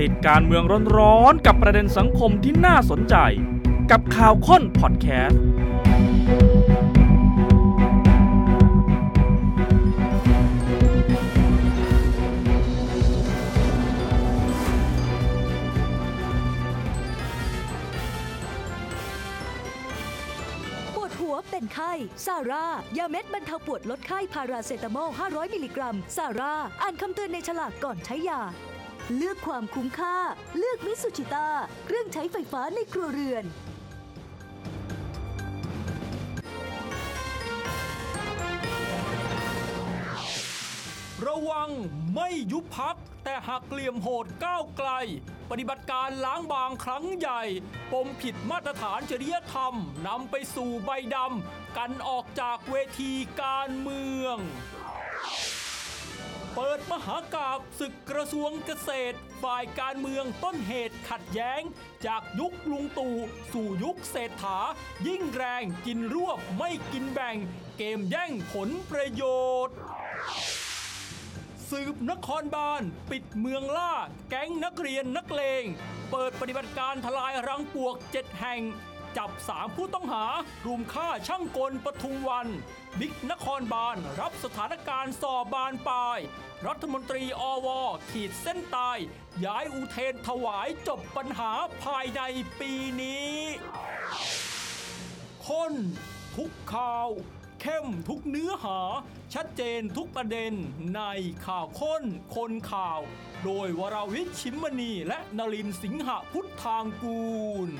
ติดการเมืองร้อนๆกับประเด็นสังคมที่น่าสนใจ กับข่าวค้นพอดแคสต์ ปวดหัวเป็นไข้ ซาร่า ยาเม็ดบรรเทาปวดลดไข้พาราเซตามอล 500 มิลลิกรัม ซาร่า อ่านคำเตือนในฉลากก่อนใช้ยา เลือกความคุ้มค่า เลือกมิสุชิตาเครื่องใช้ไฟฟ้าในครัวเรือน ระวังไม่ยุบพัก แต่หักเหลี่ยมโหดก้าวไกล ปฏิบัติการล้างบางครั้งใหญ่ ปมผิดมาตรฐานจริยธรรมนำไปสู่ใบดำกันออกจากเวทีการเมือง เปิดมหากาบศึกกระทรวงเกษตร ฝ่ายการเมืองต้นเหตุขัดแย้ง จากยุคลุงตู่สู่ยุคเศรษฐา ยิ่งแรงกินรวบไม่กินแบ่ง เกมแย่งผลประโยชน์ สืบนครบาลปิดเมืองล่า แก๊งนักเรียนนักเลง เปิดปฏิบัติการทลายรังปวกเจ็ดแห่ง จับสามผู้ต้องหา รุมฆ่าช่างกลปทุมวัน บิ๊กนครบาลรับสถานการณ์สอบบานปลาย รัฐมนตรีอว ขีดเส้นตาย ย้ายอุเทนถวายจบปัญหาภายในปีนี้ ข้นทุกข่าว เข้มทุกเนื้อหา ชัดเจนทุกประเด็นในข่าวข้นคนข่าว โดยวราวิชชิมมณีและนลินสิงหะพุทธางกูล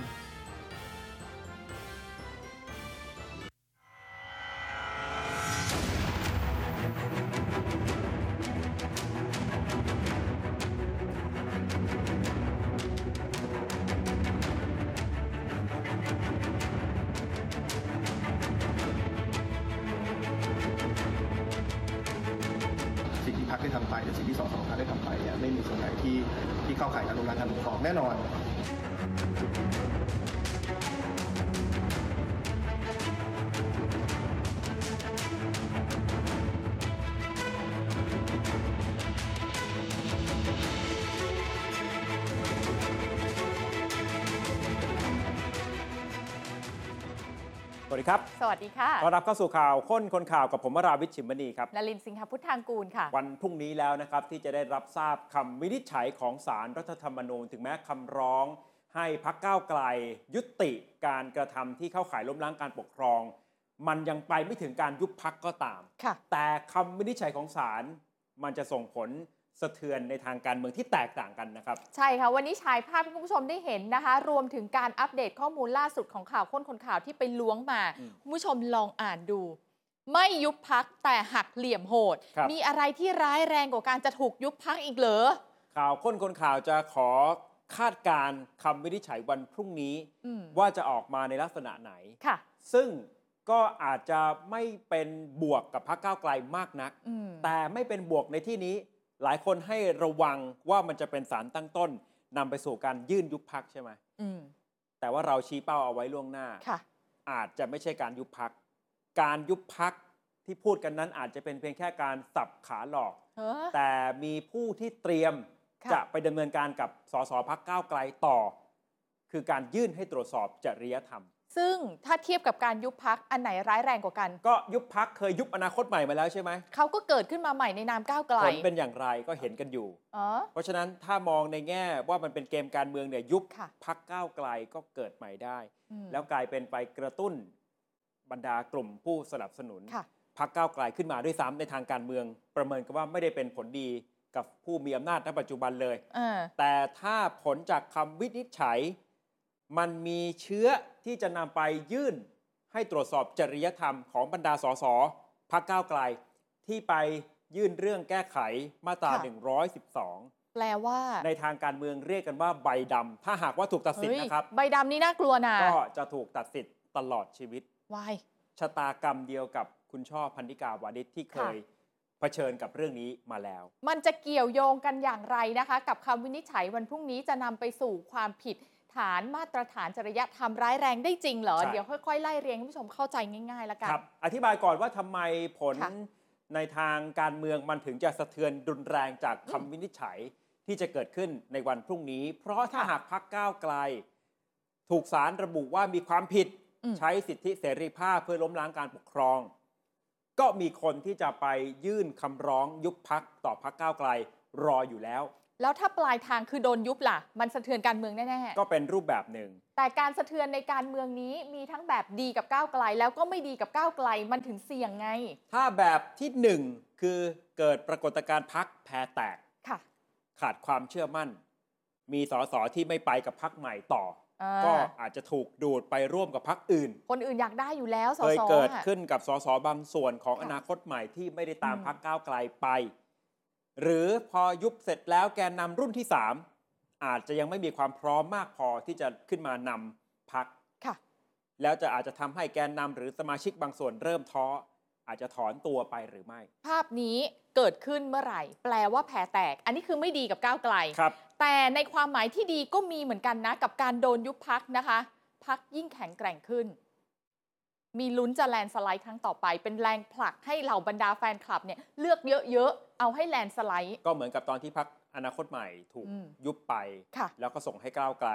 สิ่งที่พรรคได้ทำไปหรือสิ่งที่สสพรรคได้ทำไปเนี่ยไม่มีส่วนไหนที่ที่เข้าข่ายการลงนามการปกครองแน่นอน สวัสดีครับ สวัสดีค่ะ ต้อนรับเข้าสู่ข่าวค้นคนข่าวกับผมวราวิชชิมมณีครับ นลินทร์สิงหพุทธางกูลค่ะ วันพรุ่งนี้แล้วนะครับที่จะได้รับทราบคำวินิจฉัยของสารรัฐธรรมนูญ ถึงแม้คำร้อง ให้พักก้าวไกล ยุติการกระทำที่เข้าข่ายล้มล้างการปกครอง มันยังไปไม่ถึงการยุบพักก็ตาม ค่ะ แต่คำวินิจฉัยของศาลมันจะส่งผลสะเทือนในทางการเมืองที่แตกต่างกันนะครับ ใช่ค่ะ วันนี้ฉายภาพให้คุณผู้ชมได้เห็นนะคะ รวมถึงการอัปเดตข้อมูลล่าสุดของข่าวค้นคนข่าวที่ไปล้วงมา อืม คุณผู้ชมลองอ่านดู ไม่ยุบพักแต่หักเหลี่ยมโหด ครับ มีอะไรที่ร้ายแรงกว่าการจะถูกยุบพักอีกเหรอ ข่าวค้นคนข่าวจะขอคาดการณ์คำวินิจฉัยวันพรุ่งนี้ อืม ว่าจะออกมาในลักษณะไหน ค่ะ ซึ่งก็อาจจะไม่เป็นบวกกับพรรคก้าวไกลมากนัก อืม แต่ไม่เป็นบวกในที่นี้ หลายคนให้ระวังว่ามันจะเป็นสารตั้งต้นนำไปสู่การยื่นยุบพักใช่ไหม อืม แต่ว่าเราชี้เป้าเอาไว้ล่วงหน้า ค่ะ อาจจะไม่ใช่การยุบพัก การยุบพักที่พูดกันนั้นอาจจะเป็นเพียงแค่การสับขาหลอก เออ แต่มีผู้ที่เตรียม ค่ะ จะไปดำเนินการกับสสพักก้าวไกลต่อ คือการยื่นให้ตรวจสอบจริยธรรม ซึ่งถ้าเทียบกับการยุบพักอันไหนร้ายแรงกว่ากัน ก็ยุบพักเคยยุบอนาคตใหม่มาแล้วใช่ไหม เขาก็เกิดขึ้นมาใหม่ในนามก้าวไกล ผลเป็นอย่างไรก็เห็นกันอยู่ เออ เพราะฉะนั้นถ้ามองในแง่ว่ามันเป็นเกมการเมืองเนี่ยยุบ ค่ะ พักก้าวไกลก็เกิดใหม่ได้ อืม แล้วกลายเป็นไปกระตุ้นบรรดากลุ่มผู้สนับสนุน ค่ะ พักก้าวไกลขึ้นมาด้วยซ้ำในทางการเมือง ประเมินกันว่าไม่ได้เป็นผลดีกับผู้มีอำนาจณปัจจุบันเลย เออ แต่ถ้าผลจากคำวินิจฉัย มันมีเชื้อที่จะนำไปยื่นให้ตรวจสอบจริยธรรมของบรรดาสสพักก้าวไกล ที่ไปยื่นเรื่องแก้ไขมาตรา ค่ะ 112 แปลว่า ในทางการเมืองเรียกกันว่าใบดำถ้าหากว่าถูกตัดสิน เฮ้ย นะครับ ใบดำนี่น่ากลัวนะ ก็จะถูกตัดสิทธิ์ตลอดชีวิต วาย ชะตากรรมเดียวกับคุณช่อพันธิกาวานิชที่เค ค่ะ ยเผชิญกับเรื่องนี้มาแล้ว มันจะเกี่ยวโยงกันอย่างไรนะคะ กับคำวินิจฉัยวันพรุ่งนี้จะนำไปสู่ความผิดฐานมาตรฐานจริยธรรมร้ายแรงได้จริงเหรอ ใช่ เดี๋ยวค่อยๆ ไล่เรียงให้ผู้ชมเข้าใจง่ายๆละกัน ครับอธิบายก่อนว่าทำไมผล ค่ะ ในทางการเมืองมันถึงจะสะเทือนรุนแรงจากคำวินิจฉัย ที่จะเกิดขึ้นในวันพรุ่งนี้ เพราะถ้าหากพักก้าวไกล ถูกศาลระบุว่ามีความผิด อืม ใช้สิทธิเสรีภาพเพื่อล้มล้างการปกครอง ก็มีคนที่จะไปยื่นคำร้องยุบพักต่อพักก้าวไกลรออยู่แล้ว แล้วถ้าปลายทางคือโดนยุบล่ะ มันสะเทือนการเมืองแน่ ก็เป็นรูปแบบหนึ่ง ๆ แต่การสะเทือนในการเมืองนี้มีทั้งแบบดีกับก้าวไกล แล้วก็ไม่ดีกับก้าวไกลมันถึงเสี่ยงไง ถ้าแบบที่หนึ่งคือเกิดปรากฏการณ์พักแพ้แตก ค่ะ ขาดความเชื่อมั่น มีสสที่ไม่ไปกับพักใหม่ต่อ อ่า อก็อาจจะถูกดูดไปร่วมกับพักอื่น คนอื่นอยากได้อยู่แล้วส เคย ส เกิด อะ ขึ้นกับสสบางส่วนของ ค่ะ อนาคตใหม่ที่ไม่ได้ตาม อืม พักก้าวไกลไป หรือพอยุบเสร็จแล้วแกนนำรุ่นที่ 3 อาจจะยังไม่มีความพร้อมมากพอที่จะขึ้นมานำพัก ค่ะ แล้วจะอาจจะทำให้แกนนำหรือสมาชิกบางส่วนเริ่มท้อ อาจจะถอนตัวไปหรือไม่ ภาพนี้เกิดขึ้นเมื่อไหร่ แปลว่าแผลแตก อันนี้คือไม่ดีกับก้าวไกล ครับ แต่ในความหมายที่ดีก็มีเหมือนกันนะ กับการโดนยุบพักนะคะพักยิ่งแข็งแกร่งขึ้น มีลุ้นจะแลนด์สไลด์ครั้งต่อไป เป็นแรงผลักให้เหล่าบรรดาแฟนคลับเนี่ยเลือกเยอะๆ เอาให้แลนด์สไลด์ ก็เหมือนกับตอนที่พักอนาคตใหม่ถูก อืม ยุบไป ค่ะ แล้วก็ส่งให้ก้าวไกล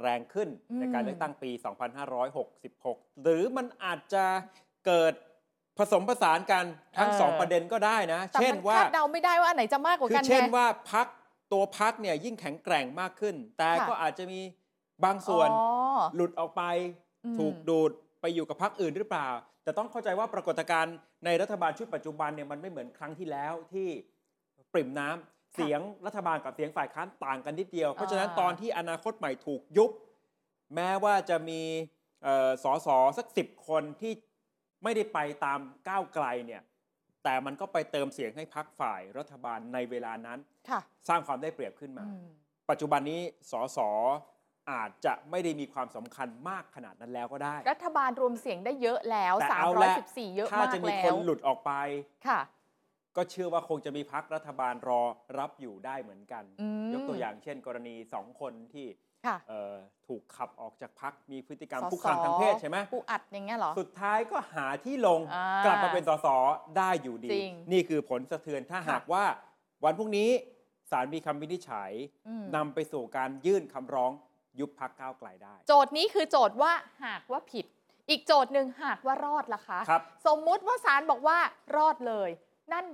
แรงขึ้น อืม ในการเลือกตั้งปี 2566 หรือมันอาจจะเกิดผสมผสานกันทั้งสองประเด็นก็ได้นะ แต่ เช่น มัน ว่า คาดเดาไม่ได้ว่าอันไหนจะมากกว่า คือ กัน เช่น ไง ว่าพักตัวพักเนี่ยยิ่งแข็งแกร่งมากขึ้น แต่ ค่ะ ก็อาจจะมีบางส่วน อ๋อ หลุดออกไป อืม ถูกดูดไปอยู่กับพักอื่นหรือเปล่า แต่ต้องเข้าใจว่าปรากฏการณ์ในรัฐบาลชุดปัจจุบันเนี่ยมันไม่เหมือนครั้งที่แล้วที่ปริ่มน้ำเสียงรัฐบาลกับเสียงฝ่ายค้านต่างกันนิดเดียว เพราะฉะนั้นตอนที่อนาคตใหม่ถูกยุบ แม้ว่าจะมีเอ่อสอสอสักสิบคนที่ไม่ได้ไปตามก้าวไกลเนี่ยแต่มันก็ไปเติมเสียงให้พักฝ่ายรัฐบาลในเวลานั้น ค่ะ สร้างความได้เปรียบขึ้นมา อืม ปัจจุบันนี้สอสออาจจะไม่ได้มีความสำคัญมากขนาดนั้นแล้วก็ได้ รัฐบาลรวมเสียงได้เยอะแล้ว แต่เอาละ 314 เยถ้ามอะาก จะมี แล้ คน ว หลุดออกไป ค่ะ ก็เชื่อว่าคงจะมีพักรัฐบาลรอรับอยู่ได้เหมือนกัน อืม ยกตัวอย่างเช่น กรณีสองคนที่ ค่ะ เอ่อถูกขับออกจากพักมีพฤติกรรม ส คุกคามทางเพศใช่ไหม ปูอัดอย่างเงี้ยเหรอ สุดท้ายก็หาที่ลง อ่าก ก ลับมาเป็นสสได้อยู่ดี จริง นี่คือผลสะเทือนถ้าหากว่า วันพรุ่งนี้ศาลมีคำวินิจฉัย อืม นำไปสู่การยื่นคำร้องยุบพักก้าวไกลได้ โจทย์นี้คือโจทย์ว่าหากว่าผิด อีกโจทย์หนึ่งหากว่ารอดล่ะคะ ครับ สมมุติว่าศาลบอกว่ารอดเลย นั่น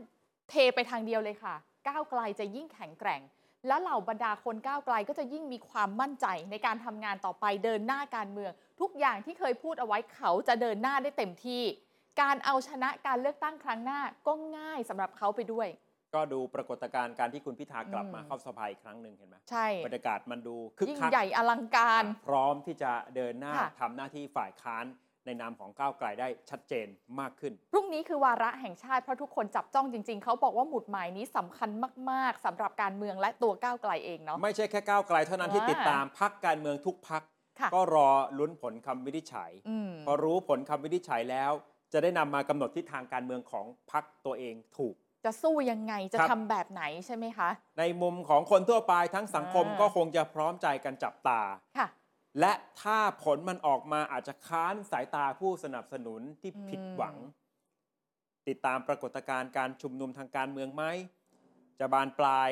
เทไปทางเดียวเลยค่ะ ก้าวไกลจะยิ่งแข็งแกร่ง แล้วเหล่าบรรดาคนก้าวไกลก็จะยิ่งมีความมั่นใจในการทำงานต่อไปเดินหน้าการเมือง ทุกอย่างที่เคยพูดเอาไว้เขาจะเดินหน้าได้เต็มที่ การเอาชนะการเลือกตั้งครั้งหน้าก็ง่ายสำหรับเขาไปด้วย ก็ดูปรากฏการณ์การที่คุณพิธากลับมา อืม เข้าสภาอีกครั้งหนึ่งเห็นไหม ใช่ บรรยากาศมันดูคึก ยิ่ง คัก ใหญ่อลังการ พร้อมที่จะเดินหน้า ค่ะ ทำหน้าที่ฝ่ายค้านในนามของก้าวไกลได้ชัดเจนมากขึ้น พรุ่งนี้คือวาระแห่งชาติเพราะทุกคนจับจ้องจริง ๆ เขาบอกว่าหมุดหมายนี้สำคัญมาก ๆสำหรับการเมืองและตัวก้าวไกลเองเนาะ ไม่ใช่แค่ก้าวไกลเท่านั้นที่ อ่า ติดตามพักการเมืองทุกพัก ค่ะ ก็รอลุ้นผลคำวินิจฉัย อืม พอรู้ผลคำวินิจฉัยแล้ว จะได้นำมากำหนดทิศทางการเมืองของพักตัวเองถูก จะสู้ยังไงจะ ครับ ทำแบบไหนใช่ไหมคะ ในมุมของคนทั่วไปทั้งสังคม อ่า ก็คงจะพร้อมใจกันจับตา ค่ะ และถ้าผลมันออกมาอาจจะค้านสายตาผู้สนับสนุนที่ อืม ผิดหวัง ติดตามปรากฏการณ์การชุมนุมทางการเมืองไหม จะบานปลาย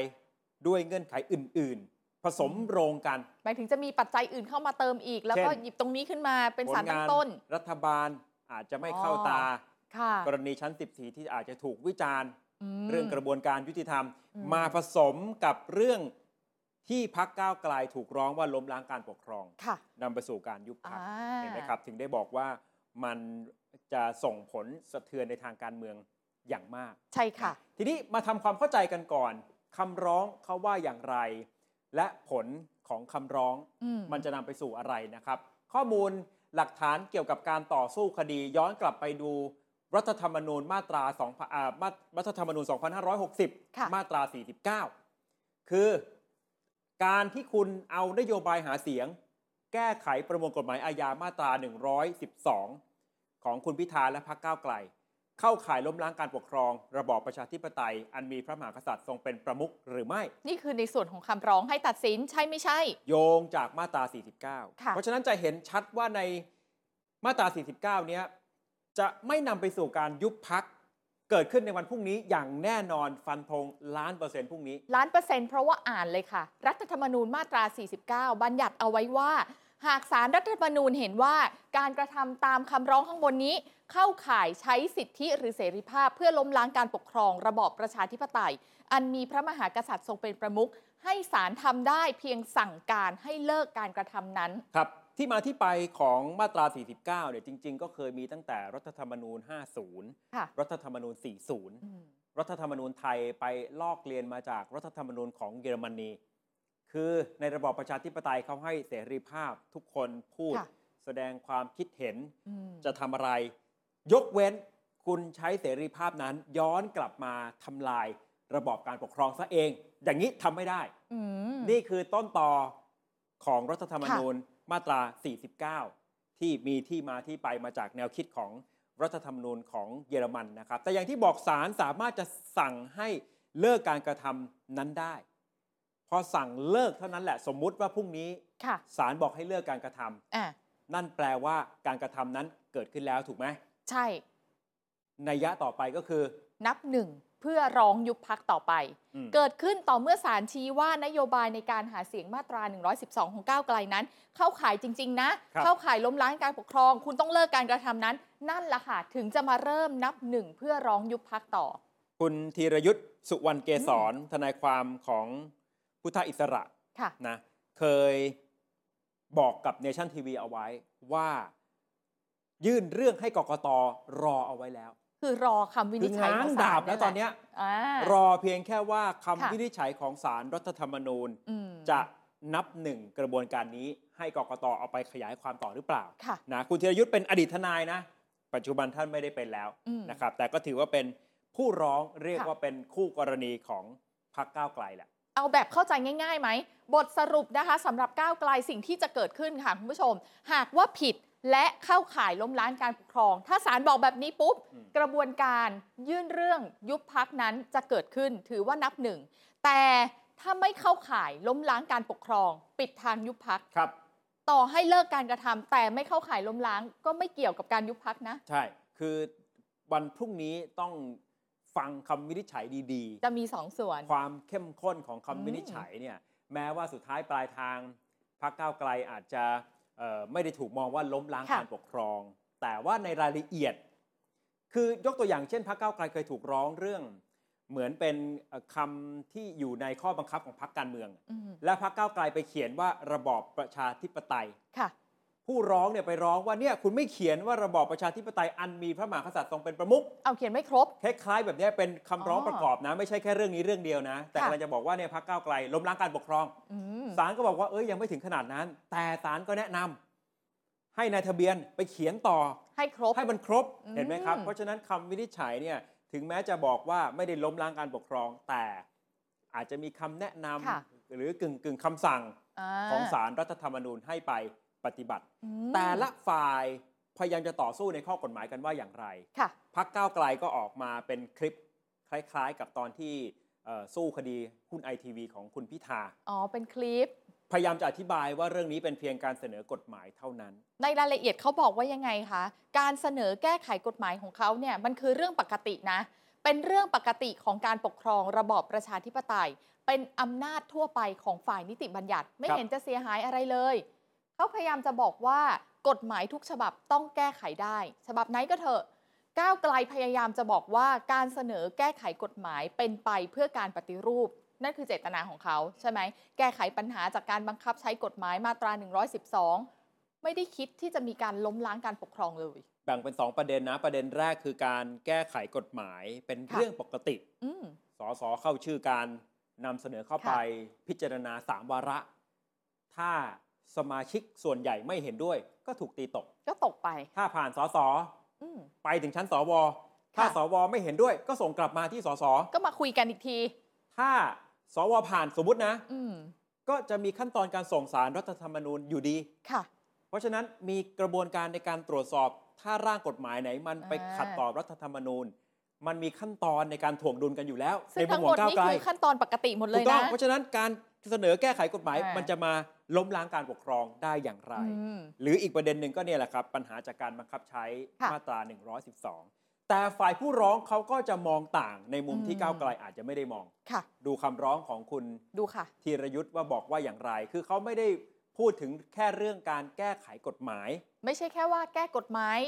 ด้วยเงื่อนไขอื่น ๆ ผสมโรงกัน หมายถึงจะมีปัจจัยอื่นเข้ามาเติมอีก แล้วก็ เช่น หยิบตรงนี้ขึ้นมาเป็น ผ สา ล รง ตั้งต้น รัฐบาลอาจจะไม่เข้า อ๋อ ตา ค่ะ กรณีชั้น 14 ที่อาจจะถูกวิจารณ์ ม เรื่องกระบวนการยุติธรรม อืม มาผสมกับเรื่องที่พักก้าวไกลถูกร้องว่าล้มล้างการปกครอง ค่ะ นำไปสู่การยุบพรรค อ่า เห็นไหมครับ ถึงได้บอกว่ามันจะส่งผลสะเทือนในทางการเมืองอย่างมาก ใช่ค่ะ ทีนี้มาทำความเข้าใจกันก่อนคำร้องเขาว่าอย่างไร และผลของคำร้อง อืม มันจะนำไปสู่อะไรนะครับ ข้อมูลหลักฐานเกี่ยวกับการต่อสู้คดีย้อนกลับไปดูรัฐธรรมนูญมาตรา2อ่ามารัฐธรรมนูญ ค่ะ 2560 มาตรา 49 คือการที่คุณเอานโยบายหาเสียง แก้ไขประมวลกฎหมายอาญามาตรา 112 ของคุณพิธาและพรรคก้าวไกล เข้าข่ายล้มล้างการปกครอง ระบอบประชาธิปไตย อันมีพระมหากษัตริย์ทรงเป็นประมุขหรือไม่ นี่คือในส่วนของคำร้องให้ตัดสินใช่ไม่ใช่ โยงจากมาตรา 49 ค่ะ เพราะฉะนั้นจะเห็นชัดว่าในมาตรา 49 เนี้ยจะไม่นำไปสู่การยุบพัก เกิดขึ้นในวันพรุ่งนี้อย่างแน่นอนฟันธงล้านเปอร์เซ็นต์พรุ่งนี้ ล้านเปอร์เซ็นต์เพราะว่าอ่านเลยค่ะ รัฐธรรมนูญมาตรา 49 บัญญัติเอาไว้ว่า หากสารรัฐธรรมนูญเห็นว่าการกระทำตามคำร้องข้างบนนี้ เข้าข่ายใช้สิทธิหรือเสรีภาพ เพื่อล้มล้างการปกครองระบอบประชาธิปไตย อันมีพระมหากษัตริย์ทรงเป็นประมุขให้สารทำได้เพียงสั่งการให้เลิกการกระทำนั้น ครับ ที่มาที่ไปของมาตรา 49 เนี่ยจริง ๆ ก็เคยมีตั้งแต่รัฐธรรมนูญ ค่ะ 50 รัฐธรรมนูญ อืม 40 รัฐธรรมนูญไทยไปลอกเรียนมาจากรัฐธรรมนูญของเยอรมนี คือในระบอบประชาธิปไตยเขาให้เสรีภาพทุกคนพูด ค่ะ แสดงความคิดเห็น อืม จะทำอะไร ยกเว้นคุณใช้เสรีภาพนั้น ย้อนกลับมาทำลายระบอบการปกครองซะเอง อย่างนี้ทำไม่ได้ อืม นี่คือต้นต่อของรัฐธรรมนูญมาตรา 49 ที่มีที่มาที่ไปมาจากแนวคิดของรัฐธรรมนูญของเยอรมันนะครับ แต่อย่างที่บอกศาลสามารถจะสั่งให้เลิกการกระทำนั้นได้ พอสั่งเลิกเท่านั้นแหละสมมุติว่าพรุ่งนี้ ค่ะ ศาลบอกให้เลิกการกระทำ อ่ะ นั่นแปลว่าการกระทำนั้นเกิดขึ้นแล้วถูกไหม ใช่ นัยยะต่อไปก็คือ นับหนึ่งเพื่อร้องยุบพักต่อไป อืม เกิดขึ้นต่อเมื่อศาลชี้ว่านโยบายในการหาเสียงมาตรา 112 ของก้าวไกลนั้น เข้าข่ายจริง ๆ นะ ครับ เข้าข่ายล้มล้างการปกครอง คุณต้องเลิกการกระทำนั้น นั่นล่ะค่ะ ถึงจะมาเริ่มนับหนึ่งเพื่อร้องยุบพักต่อ คุณธีรยุทธ์สุวรรณเกษรทนายความของพุทธอิสระ ค่ะ นะเคยบอกกับเนชั่นทีวีเอาไว้ว่ายื่นเรื่องให้กกตรอเอาไว้แล้ว คือรอคำวิ คื นิจ อ ฉัย ง้า ข ง องศาล ดาบแล้วตอนเนี้ย อ่าร ร อเพียงแค่ว่าคำ ค่ะ วินิจฉัยของสารรัฐธรรมนูญ ม จะนับหนึ่งกระบวนการนี้ให้กกตเอาไปขยายความต่อหรือเปล่า ค่ะ นะคุณธีรยุทธ์เป็นอดีตทนายนะ ปัจจุบันท่านไม่ได้เป็นแล้ว อืม นะครับ แต่ก็ถือว่าเป็นผู้ร้องเรียก ค่ะ ว่าเป็นคู่กรณีของพรรคก้าวไกลแหละ เอาแบบเข้าใจง่ายๆไหม บทสรุปนะคะสำหรับก้าวไกลสิ่งที่จะเกิดขึ้นค่ะคุณผู้ชม หากว่าผิดและเข้าข่ายล้มล้างการปกครอง ถ้าศาลบอกแบบนี้ปุ๊บ อืม กระบวนการยื่นเรื่องยุบพักนั้นจะเกิดขึ้นถือว่านับหนึ่ง แต่ถ้าไม่เข้าข่ายล้มล้างการปกครอง ปิดทางยุบพัก ครับ ต่อให้เลิกการกระทำแต่ไม่เข้าข่ายล้มล้าง ก็ไม่เกี่ยวกับการยุบพักนะ ใช่ คือวันพรุ่งนี้ต้องฟังคำวินิจฉัยดี จะมีสองส่วน ๆ ความเข้มข้นของ อืม คำวินิจฉัยเนี่ย แม้ว่าสุดท้ายปลายทางพรรคก้าวไกลอาจจะเอ่อไม่ได้ถูกมองว่าล้มล้าง ค่ะ การปกครอง แต่ว่าในรายละเอียด คือยกตัวอย่างเช่นพรรคก้าวไกลเคยถูกร้องเรื่อง เหมือนเป็นเอ่อคำที่อยู่ในข้อบังคับของพรรคการเมือง อืม และพรรคก้าวไกลไปเขียนว่าระบอบประชาธิปไตย ค่ะ ผู้ร้องเนี่ยไปร้องว่าเนี่ยคุณไม่เขียนว่าระบอบประชาธิปไตยอันมีพระมหากษัตริย์ทรงเป็นประมุข เอาเขียนไม่ครบ คล้ายๆแบบเนี้ยเป็นคำร้อง อ๋อ ประกอบนะ ไม่ใช่แค่เรื่องนี้เรื่องเดียวนะ แต่ ค่ะ กำลังจะบอกว่าเนี่ยพักก้าวไกลล้มล้างการปกครอง อืม ศาลก็บอกว่าเอ้ยยังไม่ถึงขนาดนั้น แต่ศาลก็แนะนำให้นายทะเบียนไปเขียนต่อ ให้ครบ ให้มันครบ อืม เห็นไหมครับ เพราะฉะนั้นคำวินิจฉัยเนี่ยถึงแม้จะบอกว่าไม่ได้ล้มล้างการปกครอง แต่อาจจะมีคำแนะนำหรือกึ่งกึ่งๆคำสั่ง อ่า ของศาลรัฐธรรมนูญให้ไปปฏิบัติ อืม แต่ละฝ่ายพยายามจะต่อสู้ในข้อกฎหมายกันว่าอย่างไร ค่ะ พักก้าวไกลก็ออกมาเป็นคลิปคล้ายๆ กับตอนที่เอ่อสู้คดีหุ้นไอทีวีของคุณพิธา อ๋อ เป็นคลิป พยายามจะอธิบายว่าเรื่องนี้เป็นเพียงการเสนอกฎหมายเท่านั้น ในรายละเอียดเขาบอกว่ายังไงคะ การเสนอแก้ไขกฎหมายของเขาเนี่ยมันคือเรื่องปกตินะ เป็นเรื่องปกติของการปกครองระบอบประชาธิปไตย เป็นอำนาจทั่วไปของฝ่ายนิติบัญญัติ ไม่ ครับ เห็นจะเสียหายอะไรเลย เขาพยายามจะบอกว่ากฎหมายทุกฉบับต้องแก้ไขได้ ฉบับไหนก็เถอะ ก้าวไกลพยายามจะบอกว่าการเสนอแก้ไขกฎหมายเป็นไปเพื่อการปฏิรูป นั่นคือเจตนาของเขาใช่ไหม แก้ไขปัญหาจากการบังคับใช้กฎหมายมาตรา 112 ไม่ได้คิดที่จะมีการล้มล้างการปกครองเลย แบ่งเป็น 2 ประเด็นนะ ประเด็นแรกคือการแก้ไขกฎหมายเป็น ค่ะ เรื่องปกติ อืม สสเข้าชื่อการนำเสนอเข้า ค่ะ ไปพิจารณาสามวาระ ถ้าสมาชิกส่วนใหญ่ไม่เห็นด้วย ก็ถูกตีตก ก็ตกไป ถ้าผ่านสส อืม ไปถึงชั้นสวถ้า ค่ะ สวไม่เห็นด้วย ก็ส่งกลับมาที่สส ก็มาคุยกันอีกที ถ้าสวผ่านสมมตินะ อืม ก็จะมีขั้นตอนการส่งสารรัฐธรรมนูญอยู่ดี ค่ะ เพราะฉะนั้นมีกระบวนการในการตรวจสอบ ถ้าร่างกฎหมายไหนมันไป อ่า ขัดต่อรัฐธรรมนูญ มันมีขั้นตอนในการถ่วงดุลกันอยู่แล้ว ซึ่ ใน ง มุ ทั้ มของก้าวงหมดนี่ ไกล คือขั้นตอนปกติหมดเล ถู ย กต้อ นะ งเพราะฉะนั้นการเสนอแก้ไขกฎหมาย อ่ามั มันจะมาล้มล้างการปกครองได้อย่างไร อืม หรืออีกประเด็นหนึ่งก็เนี่ยแหละครับ ปัญหาจากการบังคับใช้ ค่ะ มาตรา 112 แต่ฝ่ายผู้ร้องเขาก็จะมองต่างในมุมที่ อืม ก้าวไกลอาจจะไม่ได้มอง ค่ะ ดูคำร้องของคุณ ดูค่ะ ธีรยุทธ์ว่าบอกว่าอย่างไร คือเขาไม่ได้พูดถึงแค่เรื่องการแก้ไขกฎหมาย ไม่ใช่แค่ว่าแก้กฎหมาย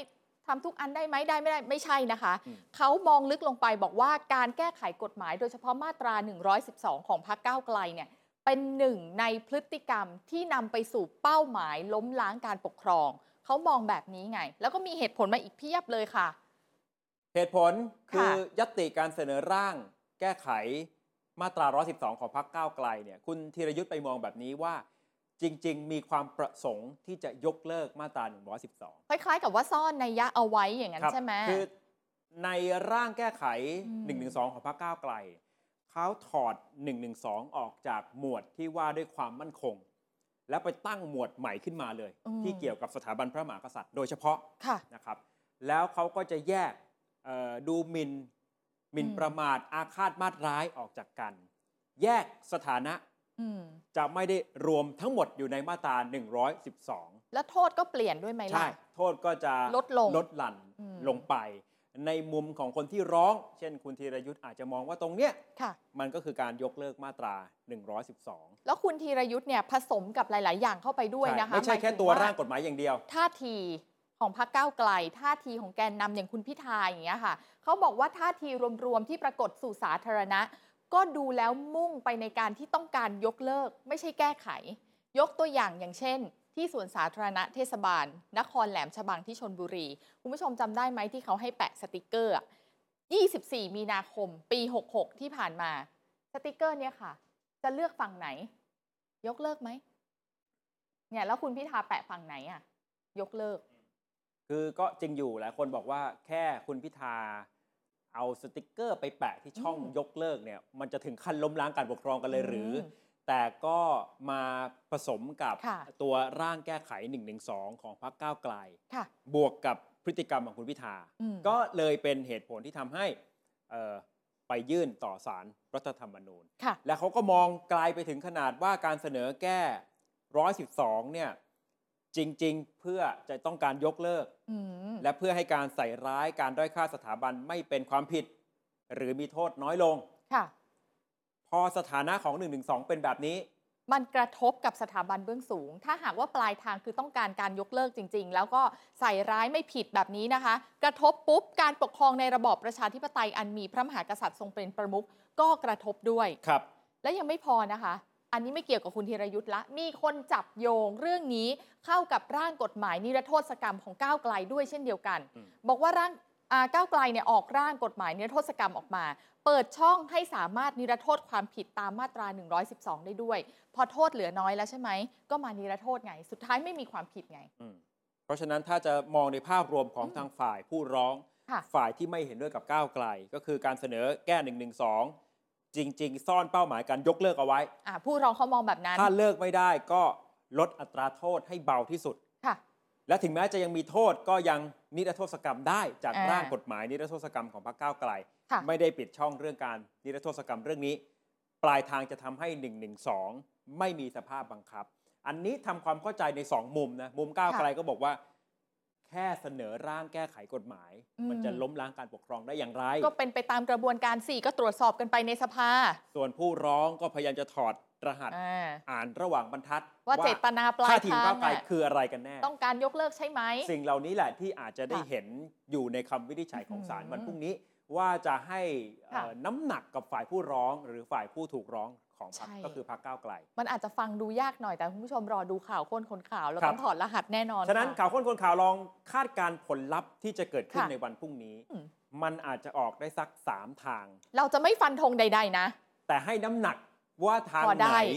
ทำทุกอันได้ไหมได้ไม่ได้ไม่ใช่นะคะ อืม เขามองลึกลงไปบอกว่าการแก้ไขกฎหมาย โดยเฉพาะมาตรา 112 ของพรรคก้าวไกลเนี่ยเป็นหนึ่งในพฤติกรรมที่นำไปสู่เป้าหมายล้มล้างการปกครอง เขามองแบบนี้ไง แล้วก็มีเหตุผลมาอีกเพียบเลยค่ะ เหตุผลคื ค่ะ อ ยติการเสนอร่าง แก้ไขมาตรา 112 ของพรรคก้าวไกลเนี่ยคุณธีรยุทธ์ไปมองแบบนี้ว่า จริง ๆ มีความประสงค์ที่จะยกเลิกมาตรา 112 คล้ายๆกับว่าซ่อนในยยะเอาไว้อย่างนั้น ครับ ใช่ไหม คือในร่างแก้ไข อืม 112 ของพรรคก้าวไกล เขาถอด 112 ออกจากหมวดที่ว่าด้วยความมั่นคง แล้วไปตั้งหมวดใหม่ขึ้นมาเลย ที่เกี่ยวกับสถาบันพระมหากษัตริย์โดยเฉพาะ ค่ะ นะครับแล้วเขาก็จะแยกเอ่อดูหมินหมิน อืม ประมาทอาฆาตมาตร้ายออกจากกัน แยกสถานะ อืม จะไม่ได้รวมทั้งหมดอยู่ในมาตรา 112 แล้วโทษก็เปลี่ยนด้วยไหมล่ะ ใช่ โทษก็จะ ลดลง ลดหลั่น อืม ลงไป ในมุมของคนที่ร้อง เช่นคุณธีรยุทธ์อาจจะมองว่าตรงเนี้ย ค่ะ มันก็คือการยกเลิกมาตรา 112 แล้วคุณธีรยุทธ์เนี่ยผสมกับหลาย ๆ อย่างเข้าไปด้วย ใช่ นะคะ ไม่ใช่ หยถึ แค่ตัวร่าง ว่ กฎหมายอย่างเดียว ท่าทีของพรรคก้าวไกล ท่าทีของแกนนำอย่างคุณพิธาอย่างเงี้ยค่ะ เขาบอกว่าท่าทีรวม ๆ ที่ปรากฏสู่สาธารณะ ก็ดูแล้วมุ่งไปในการที่ต้องการยกเลิก ไม่ใช่แก้ไข ยกตัวอย่างอย่างเช่น ที่สวนสาธารณะเทศบาล นครแหลมฉบังที่ชนบุรี คุณผู้ชมจำได้ไหมที่เขาให้แปะสติกเกอร์อะ24 มีนาคม ปี 66 ที่ผ่านมา สติกเกอร์เนี่ยค่ะ จะเลือกฝั่งไหน ยกเลิกไหมเนี่ยแล้วคุณพิธาแปะฝั่งไหนอะ ยกเลิก คือก็จริงอยู่หลายคนบอกว่าแค่คุณพิธาเอาสติกเกอร์ไปแปะที่ช่อง อืม ยกเลิกเนี่ยมันจะถึงขั้นล้มล้างการปกครองกันเลยหรือ ม แต่ก็มาผสมกับ ค่ะ ตัวร่างแก้ไข 112 ของพรรคก้าวไกล ค่ะ บวกกับพฤติกรรมของคุณพิธา อืม ก็เลยเป็นเหตุผลที่ทำให้เอ่อไปยื่นต่อสารรัฐธรรมนูญ ค่ะ และเขาก็มองไกลไปถึงขนาดว่าการเสนอแก้ 112 เนี่ยจริงๆ เพื่อจะต้องการยกเลิก อืม และเพื่อให้การใส่ร้ายการด้อยค่าสถาบันไม่เป็นความผิด หรือมีโทษน้อยลง ค่ะ พอสถานะของ 112 เป็นแบบนี้ มันกระทบกับสถาบันเบื้องสูง ถ้าหากว่าปลายทางคือต้องการการยกเลิกจริง ๆ แล้วก็ใส่ร้ายไม่ผิดแบบนี้นะคะ กระทบปุ๊บ การปกครองในระบอบประชาธิปไตยอันมีพระมหากษัตริย์ทรงเป็นประมุขก็กระทบด้วย ครับ และยังไม่พอนะคะ อันนี้ไม่เกี่ยวกับคุณธีรยุทธ์ละ มีคนจับโยงเรื่องนี้เข้ากับร่างกฎหมายนิรโทษกรรมของก้าวไกลด้วยเช่นเดียวกัน อืม บอกว่าร่างอ่าก้าวไกลเนี่ยออกร่างกฎหมายนิรโทษกรรมออกมา เปิดช่องให้สามารถนิรโทษความผิดตามมาตรา 112 ได้ด้วย พอโทษเหลือน้อยแล้วใช่ไหม ก็มานิรโทษไง สุดท้ายไม่มีความผิดไง อืมเพราะฉะนั้นถ้าจะมองในภาพรวมของ อืม ทางฝ่ายผู้ร้อง ค่ะ ฝ่ายที่ไม่เห็นด้วยกับก้าวไกล ก็คือการเสนอแก้ 112 จริง ๆ ซ่อนเป้าหมายการยกเลิกเอาไว้ อ่าผู้ร้องเขามองแบบนั้น ถ้าเลิกไม่ได้ก็ลดอัตราโทษให้เบาที่สุด ค่ะ และถึงแม้จะยังมีโทษก็ยังนิรโทษกรรมได้จาก อ่า ร่างกฎหมายนิรโทษกรรมของพรรคก้าวไกล ค่ะ ไม่ได้ปิดช่องเรื่องการนิรโทษกรรมเรื่องนี้ ปลายทางจะทำให้ 112 ไม่มีสภาพบังคับ อันนี้ทำความเข้าใจใน 2 มุมนะมุมก้าว ค่ะ ไกลก็บอกว่า แค่เสนอร่างแก้ไขกฎหมาย อืม มันจะล้มล้างการปกครองได้อย่างไร ก็เป็นไปตามกระบวนการสี่ก็ตรวจสอบกันไปในสภา ส่วนผู้ร้องก็พยายามจะถอดรหัส อ่า อ่านระหว่างบรรทัด ว่าเจตนาปลาย ท่าทีขอ ทาง ง ก้าวไกล อะ คืออะไรกันแน่ ต้องการยกเลิกใช่ไหม สิ่งเหล่านี้แหละที่อาจจะได้ ค่ะ เห็นอยู่ในคำวินิจฉัยของศาล อืม วันพรุ่งนี้ ว่าจะให้เอ่อ ค่ะ น้ำหนักกับฝ่ายผู้ร้องหรือฝ่ายผู้ถูกร้องของพรรค ใช่ ก็คือพรรคก้าวไกล มันอาจจะฟังดูยากหน่อยแต่คุณผู้ชมรอดูข่าวค้นคนข่าว แล้ว ครั ต้ บ องถอดรหัสแน่นอน ฉะนั้น ค่ะ ข่าวค้นคนข่าวลองคาดการณ์ผลลัพธ์ที่จะเกิดขึ้น ค่ะ ในวันพรุ่งนี้ อืม มันอาจจะออกได้สัก 3 ทาง เราจะไม่ฟันธงใด ๆ นะ แต่ให้น้ำหนักว่าทาง พอ ไห ได้ น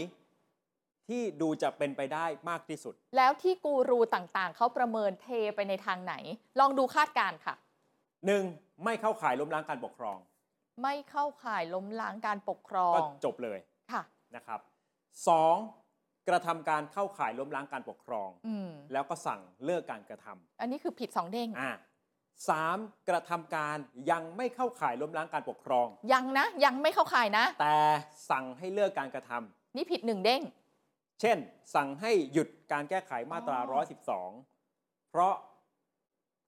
ที่ดูจะเป็นไปได้มากที่สุด แล้วที่กูรูต่างๆ เขาประเมินเทไปในทางไหน ลองดูคาดการณ์ค่ะ 1. ไม่เข้าข่ายล้มล้างการปกครอง ไม่เข้าข่ายล้มล้างการปกครอง ก็จบเลย ค่ะ นะครับ 2. กระทำการเข้าข่ายล้มล้างการปกครอง อืม แล้วก็สั่งเลิกการกระทำ อันนี้คือผิดสองเด้ง อ่าสามกระทำการยังไม่เข้าข่ายล้มล้างการปกครอง ยังนะ ยังไม่เข้าข่ายนะ แต่สั่งให้เลิกการกระทำ นี่ผิดหนึ่งเด้ง เช่น สั่งให้หยุดการแก้ไขมาตรา อ๋อ 112 เพราะ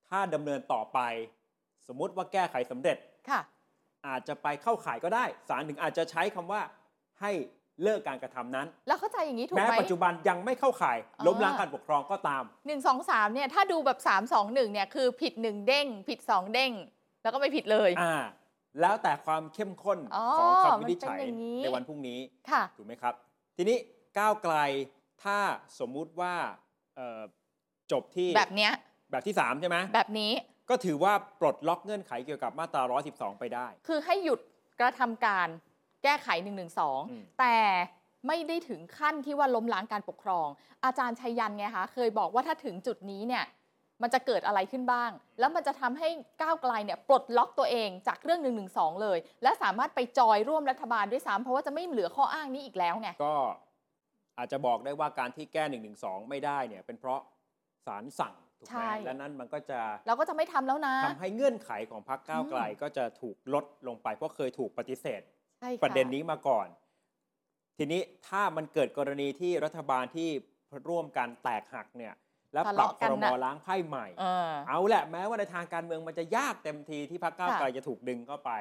ถ้าดำเนินต่อไป สมมติว่าแก้ไขสำเร็จ ค่ะ อาจจะไปเข้าข่ายก็ได้ศาลถึงอาจจะใช้คำว่าให้เลิกการกระทำนั้น แล้วเข้าใจอย่างนี้ถูก แม้ ไหม ปัจจุบันยังไม่เข้าข่าย อ่า ล้มล้างการปกครองก็ตาม หนึ่งสองสามเนี่ยถ้าดูแบบสามสองหนึ่งเนี่ยคือผิดหนึ่งเด้ง ผิดสองเด้ง แล้วก็ไม่ผิดเลย อ่า แล้วแต่ความเข้มข้น อ๋อ ของคำวินิจฉั มันเป็นอย่างนี้ ในวันพรุ่งนี้ ค่ะ ถูกไหมครับ ทีนี้ก้าวไกลถ้าสมมุติว่าเอ่อจบที่ แบบเนี้ย แบบที่ 3 ใช่ไหม แบบนี้ ก็ถือว่าปลดล็อกเงื่อนไขเกี่ยวกับมาตรา 112 ไปได้ คือให้หยุดกระทำการแก้ไข1นึ อืม แต่ไม่ได้ถึงขั้นที่ว่าล้มล้างการปกครอง อาจารย์ชัยยันไงคะเคยบอกว่าถ้าถึงจุดนี้เนี่ยมันจะเกิดอะไรขึ้นบ้าง แล้วมันจะทำให้ก้าวไกลเนี่ยปลดล็อกตัวเองจากเรื่อง1นึเลย และสามารถไปจอยร่วมรัฐบาลด้วยซ้ำเพราะว่าจะไม่เหลือข้ออ้างนี้อีกแล้วไง ก็อาจจะบอกได้ว่าการที่แก้ 112 ไม่ได้เนี่ยเป็นเพราะศาลสั่งถูก ใช่ ไหมและนั่นมันก็จะ เราก็จะไม่ทำแล้วนะ ทำให้เงื่อนไขของพรรคก้าวไกลก็จะถูกลดลงไปเพราะเคยถูกปฏิเสธ ใช่ค่ ประเด็นนี้มาก่อน ทีนี้ถ้ามันเกิดกรณีที่รัฐบาลที่ร่วมกันแตกหักเนี่ย แล้วปรับค ทะ ร เลาะกัน ม น่ะ ล้างไพ่ใหม่ เออ เอาแหละแม้ว่าในทางการเมืองมันจะยากเต็มทีที่พรรคก้าว ค่ะ ไกลจะถูกดึงเข้าไป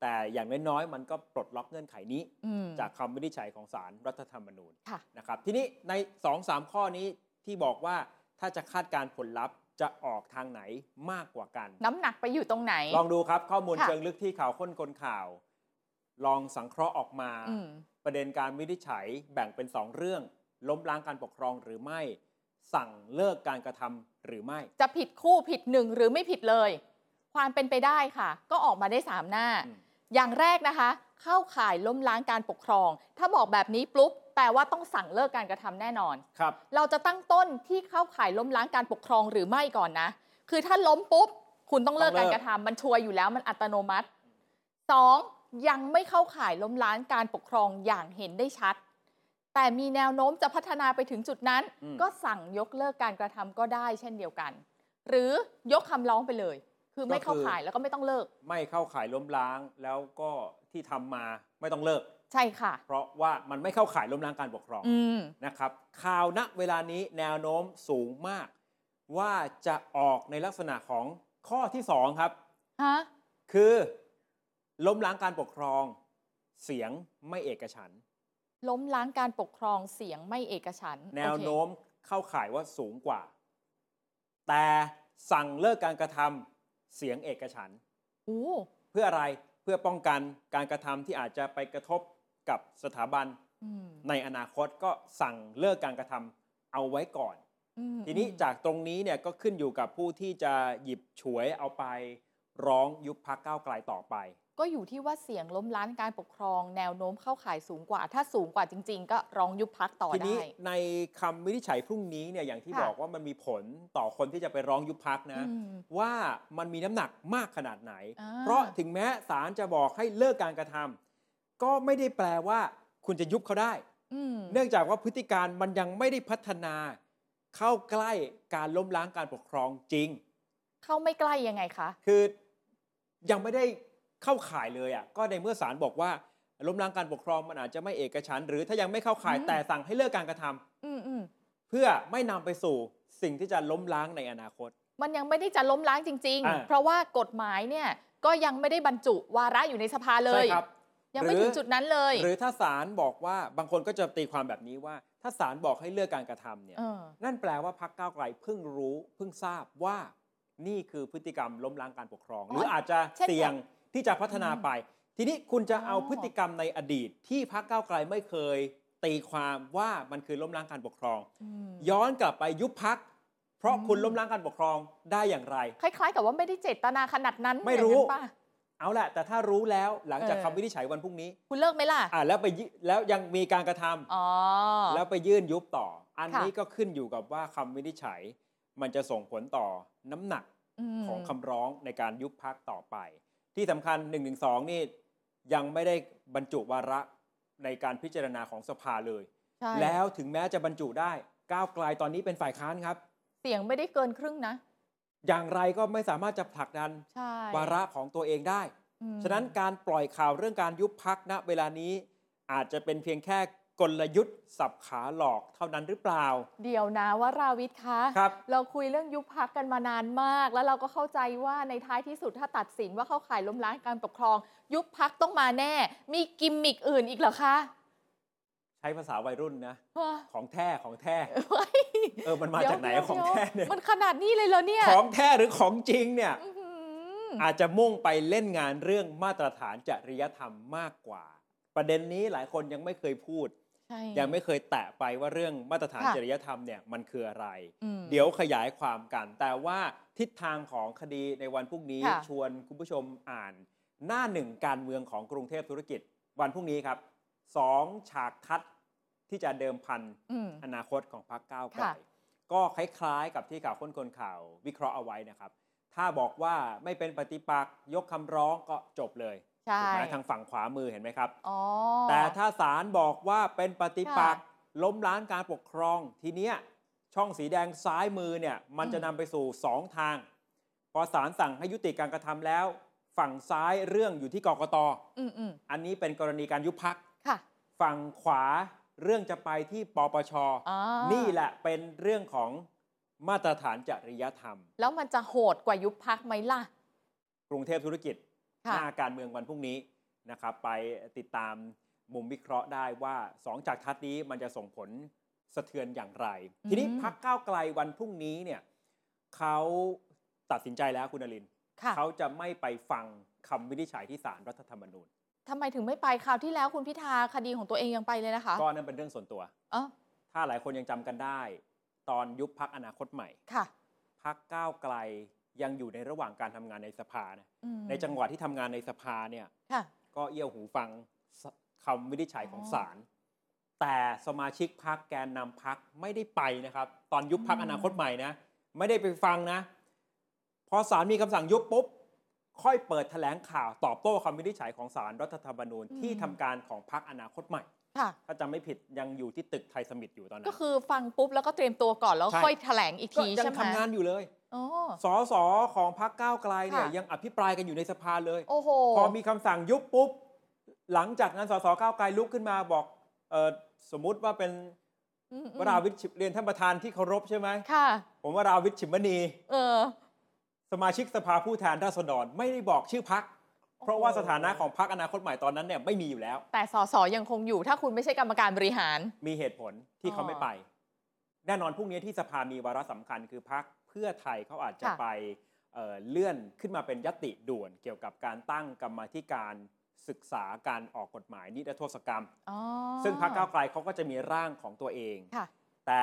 แต่อย่างน้อยๆมันก็ปลดล็อกเงื่อนไขนี้ อืม จากคำวินิจฉัยของศาลรัฐธรรมนูญ ค่ะ นะครับทีนี้ใน 2-3 ข้อนี้ที่บอกว่าถ้าจะคาดการณ์ผลลัพธ์จะออกทางไหนมากกว่ากัน น้ำหนักไปอยู่ตรงไหน ลองดูครับข้อมูล ค่ะ เชิงลึกที่ข่าวค้นคนข่าว ลองสังเคราะห์ออกมา อืม ประเด็นการวินิจฉัยแบ่งเป็น 2 เรื่อง ล้มล้างการปกครองหรือไม่ สั่งเลิกการกระทำหรือไม่ จะผิดคู่ผิดหนึ่งหรือไม่ผิดเลย ความเป็นไปได้ค่ะ ก็ออกมาได้ 3 หน้า อืม อย่างแรกนะคะ เข้าข่ายล้มล้างการปกครอง ถ้าบอกแบบนี้ปุ๊บแปลว่าต้องสั่งเลิกการกระทำแน่นอน ครับ เราจะตั้งต้นที่เข้าข่ายล้มล้างการปกครองหรือไม่ก่อนนะ คือถ้าล้มปุ๊บ คุณต้องเลิก ต้องเลิ กาก รกระทำมันชัวร์อยู่แล้วมันอัตโนมัติสองยังไม่เข้าข่ายล้มล้างการปกครองอย่างเห็นได้ชัด แต่มีแนวโน้มจะพัฒนาไปถึงจุดนั้น อืม ก็สั่งยกเลิกการกระทำก็ได้เช่นเดียวกัน หรือยกคำร้องไปเลย คือไม่เข้าข่ายแล้วก็ไม่ต้องเลิก ไม่เข้าข่ายล้มล้างแล้วก็ที่ทำมาไม่ต้องเลิก ใช่ค่ะ เพราะว่ามันไม่เข้าข่ายล้มล้างการปกครอง อืม นะครับข่าวณเวลานี้แนวโน้มสูงมาก ว่าจะออกในลักษณะของข้อที่ 2 ครับ ฮะ คือ ล้มล้างการปกครอง เสียงไม่เอกฉันท์ ล้มล้างการปกครองเสียงไม่เอกฉันท์ แนว โอเค โน้มเข้าข่ายว่าสูงกว่า แต่สั่งเลิกการกระทำเสียงเอกฉันท์ โอ้ เพื่ออะไรเพื่อป้องกันการกระทำที่อาจจะไปกระทบกับสถาบัน อืม ในอนาคตก็สั่งเลิกการกระทำเอาไว้ก่อน อืม ทีนี้ อืม จากตรงนี้เนี่ยก็ขึ้นอยู่กับผู้ที่จะหยิบฉวยเอาไปร้องยุบพักก้าวไกลต่อไป ก็อยู่ที่ว่าเสียงล้มล้างการปกครอง แนวโน้มเข้าข่ายสูงกว่า ถ้าสูงกว่าจริง ๆ ก็ร้องยุบพักต่อ ทีนี้ ได้ ในคำวินิจฉัยพรุ่งนี้เนี่ยอย่างที่ ค่ะ บอกว่ามันมีผลต่อคนที่จะไปร้องยุบพักนะ อืม ว่ามันมีน้ำหนักมากขนาดไหน อ่า เพราะถึงแม้ศาลจะบอกให้เลิกการกระทำก็ไม่ได้แปลว่าคุณจะยุบเขาได้ อืม เนื่องจากว่าพฤติการมันยังไม่ได้พัฒนา เข้าใกล้การล้มล้างการปกครองจริง เข้าไม่ใกล้ยังไงคะ คือยังไม่ได้เข้าข่ายเลยอ่ะก็ในเมื่อศาลบอกว่าล้มล้างการปกครองมันอาจจะไม่เอกฉันท์หรือถ้ายังไม่เข้าข่าย อืม แต่สั่งให้เลิกการกระทำ อืมอืม เพื่อไม่นำไปสู่สิ่งที่จะล้มล้างในอนาคต มันยังไม่ได้จะล้มล้างจริง อ่า ๆ เพราะว่ากฎหมายเนี่ยก็ยังไม่ได้บรรจุวาระอยู่ในสภาเลย ใช่ครับ ยังไม่ หรือ ถึงจุดนั้นเลย หรือถ้าศาลบอกว่าบางคนก็จะตีความแบบนี้ว่า ถ้าศาลบอกให้เลือกการกระทำเนี่ย เออ นั่นแปลว่าพักก้าวไกลเพิ่งรู้เพิ่งทราบว่านี่คือพฤติกรรมล้มล้างการปกครอง หรืออาจจะเสี่ยงที่จะพัฒนาไป ทีนี้คุณจะเอาพฤติกรรมในอดีต ที่พักก้าวไกลไม่เคย ตีความว่ามันคือล้มล้างการปกครอง อืม ย้อนกลับไปยุบพัก เพราะคุณล้มล้างการปกครองได้อย่างไร คล้าย ๆ กับว่าไม่ได้เจตนาขนาดนั้น ไม่รู้ อย่างนั้นป่ะ เอาแหละแต่ถ้ารู้แล้วหลังจาก เออ คำวินิจฉัยวันพรุ่งนี้ คุณเลิกไหมล่ะ อ่าแล้วไปยื่นแล้วยังมีการกระทำ อ๋อ แล้วไปยื่นยุบต่อ อัน ค่ะ นี้ก็ขึ้นอยู่กับว่าคำวินิจฉัย มันจะส่งผลต่อน้ำหนัก ม ของคำร้องในการยุบพักต่อไป ที่สำคัญ1นึนี่ยังไม่ได้บรรจุวาระในการพิจารณาของสภาเลย ใช่ แล้วถึงแม้จะบรรจุได้ก้าวไกลตอนนี้เป็นฝ่ายค้านครับ เสียงไม่ได้เกินครึ่งนะ อย่างไรก็ไม่สามารถจะผลักดัน ใช่ วาระของตัวเองได้ อืม ฉะนั้นการปล่อยข่าวเรื่องการยุบพักณเวลานี้อาจจะเป็นเพียงแค่ กลยุทธ์สับขาหลอกเท่านั้นหรือเปล่า เดี๋ยวนะว่าราวิทย์คะ ครับ เราคุยเรื่องยุบพักกันมานานมาก แล้วเราก็เข้าใจว่าในท้ายที่สุดถ้าตัดสินว่าเข้าข่ายล้มล้างการปกครอง ยุบพักต้องมาแน่ มีกิมมิกอื่นอีกเหรอคะ ใช้ภาษาวัยรุ่นนะ เฮ้ ของแท้ของแท้ ย เออมันมาจากไหน เดี๋ยว ของแท้เนี่ย มันขนาดนี้เลยเหรอเนี่ย ของแท้หรือของจริงเนี่ย อื้อหือ อาจจะมุ่งไปเล่นงานเรื่องมาตรฐานจริยธรรมมากกว่า ประเด็นนี้หลายคนยังไม่เคยพูด ใช่ ยังไม่เคยแตะไปว่าเรื่องมาตรฐาน ค่ะ จริยธรรมเนี่ยมันคืออะไร อืม เดี๋ยวขยายความกัน แต่ว่าทิศทางของคดีในวันพรุ่งนี้ ค่ะ ชวนคุณผู้ชมอ่าน หน้าหนึ่งการเมืองของกรุงเทพธุรกิจ วันพรุ่งนี้ครับสองฉากทัดที่จะเดิมพัน อืม อนาคตของพรรคก้าวไกล ค่ะ ก็คล้ายๆกับที่ข่าวค้นคนข่าววิเคราะห์เอาไว้นะครับ ถ้าบอกว่าไม่เป็นปฏิปักษ์ยกคำร้องก็จบเลย ใช่ ถูกไหมทางฝั่งขวามือเห็นไหมครับ อ๋อ แต่ถ้าศาลบอกว่าเป็นปฏิปักษ์ ค่ ล้มล้างการปกครอง ทีเนี้ยช่องสีแดงซ้ายมือเนี่ยมัน อืม จะนำไปสู่ 2 ทาง พอศาลสั่งให้ยุติการกระทำแล้ว ฝั่งซ้ายเรื่องอยู่ที่กกตอ อืมอืม อันนี้เป็นกรณีการยุบพัก ค่ะ ฝั่งขวาเรื่องจะไปที่ปปช อ่า นี่แหละเป็นเรื่องของมาตรฐานจริยธรรม แล้วมันจะโหดกว่ายุบพักไหมล่ะ กรุงเทพธุรกิจห ค่ะ น้าการเมืองวันพรุ่งนี้นะครับ ไปติดตามมุมวิเคราะห์ได้ว่าสองจากทัศน์นี้มันจะส่งผลสะเทือนอย่างไร ทีนี้ อืม พักก้าวไกลวันพรุ่งนี้เนี่ยเขาตัดสินใจแล้วคุณนลินทร์ ค่ะ เขาจะไม่ไปฟังคำวินิจฉัยที่ศาลรัฐธรรมนูญ ทำไมถึงไม่ไปคราวที่แล้วคุณพิธาคดีของตัวเองยังไปเลยนะคะ ก็นั่นเป็นเรื่องส่วนตัว เอ๋อ ถ้าหลายคนยังจำกันได้ ตอนยุบพักอนาคตใหม่ ค่ะ พักก้าวไกลยังอยู่ในระหว่างการทำงานในสภานะ อืม ในจังหวะที่ทำงานในสภาเนี่ย ค่ะ ก็เอี้ยวหูฟังสคำวินิจฉัยของ อ๋อ ศาล แต่สมาชิกพักแกนนำพักไม่ได้ไปนะครับ ตอนยุบพัก อืม อนาคตใหม่นะ ไม่ได้ไปฟังนะ พอศาลมีคำสั่งยุบปุ๊บ ค่อยเปิดแถลงข่าวตอบโต้คำวินิจฉัยของศาลรัฐธรรมนูญที่ทำการของพักอนาคตใหม่ ค่ะ ถ้าจำไม่ผิดยังอยู่ที่ตึกไทยสมิตอยู่ตอนนั้ ก็ น คือฟังปุ๊บแล้วก็เตรียมตัวก่อนแล้ว ใช่ ค่อยแถลงอีก ก็ ที ยั ใช่ไหม ทำงานอยู่เลย อ๋อ สอสอของพักก้าวไกลเนี่ย ค่ะ ยังอภิปรายกันอยู่ในสภาเลย โอ้โห พอมีคำสั่งยุบปุ๊บ หลังจากนั้นสสก้าวไกลลุกขึ้นมาบอกเออสมมุติว่าเป็น อืมอืม วราวิทย์ฉิมเรียนท่านประธานที่เคารพใช่ไหม ค่ะ ผมวราวิทย์ฉิมณี เออ สมาชิกสภาผู้แทนราษฎรไม่ได้บอกชื่อพัก เพราะว่าสถานะของพักอนาคตใหม่ตอนนั้นเนี่ยไม่มีอยู่แล้ว แต่สสยังคงอยู่ ถ้าคุณไม่ใช่กรรมการบริหาร มีเหตุผลที่เขาไม่ไป แน่นอนพรุ่งนี้ที่สภามีวาระสำคัญคือพักเพื่อไทยเขาอาจจะ ค่ะ ไปเอ่อเลื่อนขึ้นมาเป็นยติด่วนเกี่ยวกับการตั้งกรรมาธิการศึกษาการออกกฎหมายนิรโทษกรรม อ๋อ ซึ่งพรรคก้าวไกลเขาก็จะมีร่างของตัวเอง ค่ะ แต่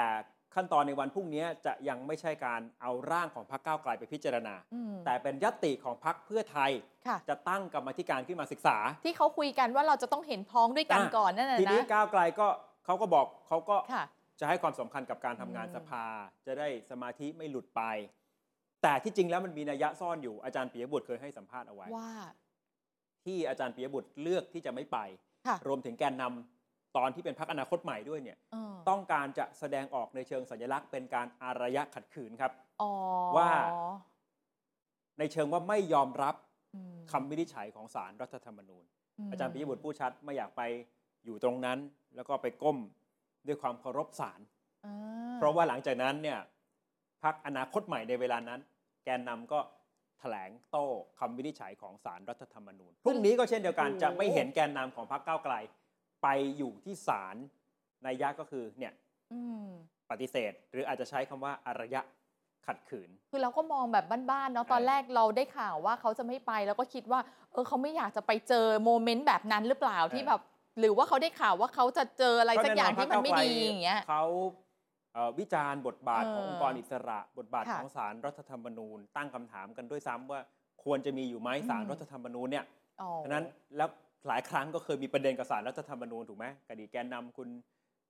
ขั้นตอนในวันพรุ่งนี้จะยังไม่ใช่การเอาร่างของพรรคก้าวไกลไปพิจารณา อืม แต่เป็นยติของพรรคเพื่อไทย ค่ะ จะตั้งกรรมาธิการขึ้นมาศึกษา ที่เขาคุยกันว่าเราจะต้องเห็นพ้องด้วยกัน อ่ะ ก่อนนั่นน่ะ ที นะ นี้ก้าวไกลก็เขาก็บอกเขาก็ ค่ะ จะให้ความสำคัญกับการทำงาน อืม สภา จะได้สมาธิไม่หลุดไป แต่ที่จริงแล้วมันมีนัยยะซ่อนอยู่อาจารย์ปิยบุตรเคยให้สัมภาษณ์เอาไว้ ว่า ที่อาจารย์ปิยบุตรเลือกที่จะไม่ไป ค่ะ รวมถึงแกนนำตอนที่เป็นพรรคอนาคตใหม่ด้วยเนี่ย เออ ต้องการจะแสดงออกในเชิงสัญลักษณ์เป็นการอารยะขัดขืนครับ อ๋อ ว่า ในเชิงว่าไม่ยอมรับ อืม คำวินิจฉัยของศาลรรัฐธรรมนูญ ม อาจารย์ปิยบุตรพูดชัดไม่อยากไปอยู่ตรงนั้น แล้วก็ไปก้มด้วยความเคารพศาล อ่ เพราะว่าหลังจากนั้นเนี่ยพักอนาคตใหม่ในเวลานั้น แกนนำก็แถลงโต้คำวินิจฉัยของศาลรรัฐธรรมนูญพรุ่งนี้ก็เช่นเดียวกันจะไม่เห็นแกนนำของพรรคก้าวไกล ไปอยู่ที่ศาลในยยะก็คือเนี่ย อืม ปฏิเสธ หรืออาจจะใช้คำว่าอารยะขัดขืน คือเราก็มองแบบบ้านๆเนาะตอนแรกเราได้ข่าวว่าเขาจะไม่ไปแล้วก็คิดว่า เออเขาไม่อยากจะไปเจอโมเมนต์แบบนั้นหรือเปล่าที่ เออ แบบ หรือว่าเขาได้ข่าวว่าเขาจะเจออะไรสักอย่างที่มันไม่ดี ก็แ อย่างเงี้ย เขาเอ่อวิจารณ์บทบาทของ เออ องค์กรอิสระ บทบาท ค่ะ ของศาลรรัฐธรรมนูญ ตั้งคำถามกันด้วยซ้ำว่าควรจะมีอยู่ไหมศาล อืม รัฐธรรมนูญเนี่ย อ๋อ ฉะนั้นแล้วหลายครั้งก็เคยมีประเด็นกับศาลรัฐธรรมนูญถูกไหมคดีแกนนำคุณ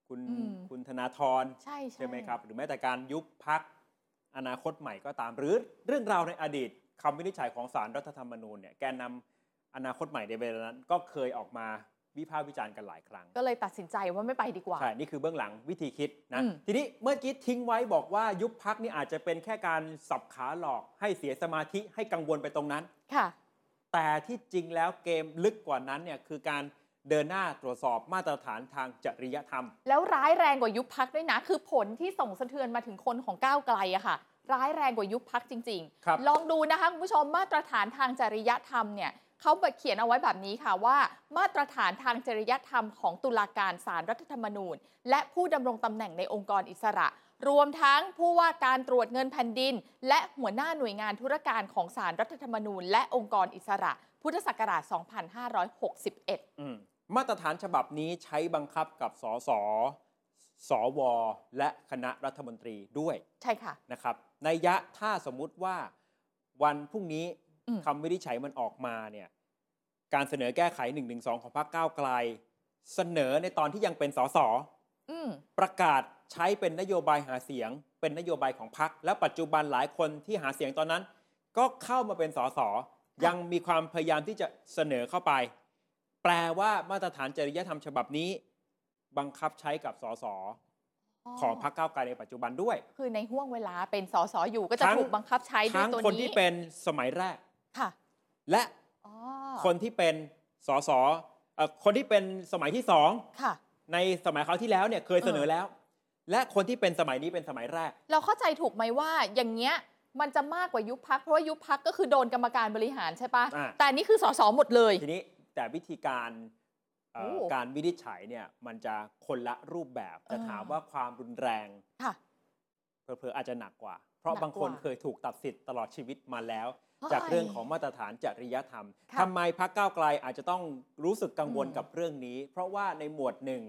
คุณคุณธนาธร ใช่ใช่ ใช่ไหมครับ หรือแม้แต่การยุบพักอนาคตใหม่ก็ตามหรือเรื่องราวในอดีตคำวินิจฉัยของศาลรรัฐธรรมนูญเนี่ยแกนนำอนาคตใหม่ในเวลานั้น ก็เคยออกมาวิพากษ์วิจารณ์กันหลายครั้ง ก็เลยตัดสินใจว่าไม่ไปดีกว่า ใช่ นี่คือเบื้องหลังวิธีคิดนะ อืม ทีนี้เมื่อกี้ทิ้งไว้บอกว่ายุบพักนี่อาจจะเป็นแค่การสับขาหลอกให้เสียสมาธิให้กังวลไปตรงนั้น ค่ะ แต่ที่จริงแล้วเกมลึกกว่านั้นเนี่ยคือการ เดินหน้าตรวจสอบมาตรฐานทางจริยธรรม แล้วร้ายแรงกว่ายุบพักด้วยนะ คือผลที่ส่งสะเทือนมาถึงคนของก้าวไกลอะค่ะ ร้ายแรงกว่ายุบพักจริง ครับ ๆ ลองดูนะคะคุณผู้ชมมาตรฐานทางจริยธรรมเนี่ยเขาเขียนเอาไว้แบบนี้ค่ะว่า มาตรฐานทางจริยธรรมของตุลาการศาลรัฐธรรมนูญ และผู้ดำรงตำแหน่งในองค์กรอิสระ รวมทั้งผู้ว่าการตรวจเงินแผ่นดิน และหัวหน้าหน่วยงานธุรการของศาลรัฐธรรมนูญ และองค์กรอิสระ พุทธศักราช 2561 อืมมาตรฐานฉบับนี้ใช้บังคับกับสสสว และคณะรัฐมนตรีด้วย ใช่ค่ะ นะครับในยยะถ้าสมมุติว่าวันพรุ่งนี้ อืม คำวินิจฉัยมันออกมาเนี่ยการเสนอแก้ไข1นึของพรรคก้าวไกล เสนอในตอนที่ยังเป็นสส อืม ประกาศใช้เป็นนโยบายหาเสียง เป็นนโยบายของพรรคและปัจจุบันหลายคนที่หาเสียงตอนนั้น ก็เข้ามาเป็นสสยังมีความพยายามที่จะเสนอเข้าไป แปลว่ามาตรฐานจริยธรรมฉบับนี้ บังคับใช้กับสสของพรรคก้าวไกลในปัจจุบันด้วย คือในห่วงเวลาเป็นสสอยู่ก็จะ ทั้ง ถูกบังคับใช้ด้วย ทั้ง ตัว คน นี้ ที่เป็นสมัยแรก ค่ะ และ อ๋อ คนที่เป็นสสเอ่อคนที่เป็นสมัยที่สอง ค่ะ ในสมัยเขาวที่แล้วเนี่ยเคยเสนอแล้ว และคนที่เป็นสมัยนี้เป็นสมัยแรก เราเข้าใจถูกไหมว่าอย่างเงี้ยมันจะมากกว่ายุบพักเพราะว่ายุบพักก็คือโดนกรรมการบริหารใช่ปะ อ่า แต่อันนี่คือสสหมดเลย ทีนี้แต่วิธีการเอ่อ โอ้ การวินิจฉัยเนี่ยมันจะคนละรูปแบบจะ เออ ถามว่าความรุนแรง ค่ะ เผลอๆอาจจะหนักกว่า เพราะ หนักกว่า บางคนเคยถูกตัดสิทธิ์ตลอดชีวิตมาแล้ว เฮ้ย จากเรื่องของมาตรฐานจริยธรรม ค่ะ ทำไมพักก้าวไกลอาจจะต้องรู้สึกกังวล อืม กับเรื่องนี้ เพราะว่าในหมวดหนึ่ง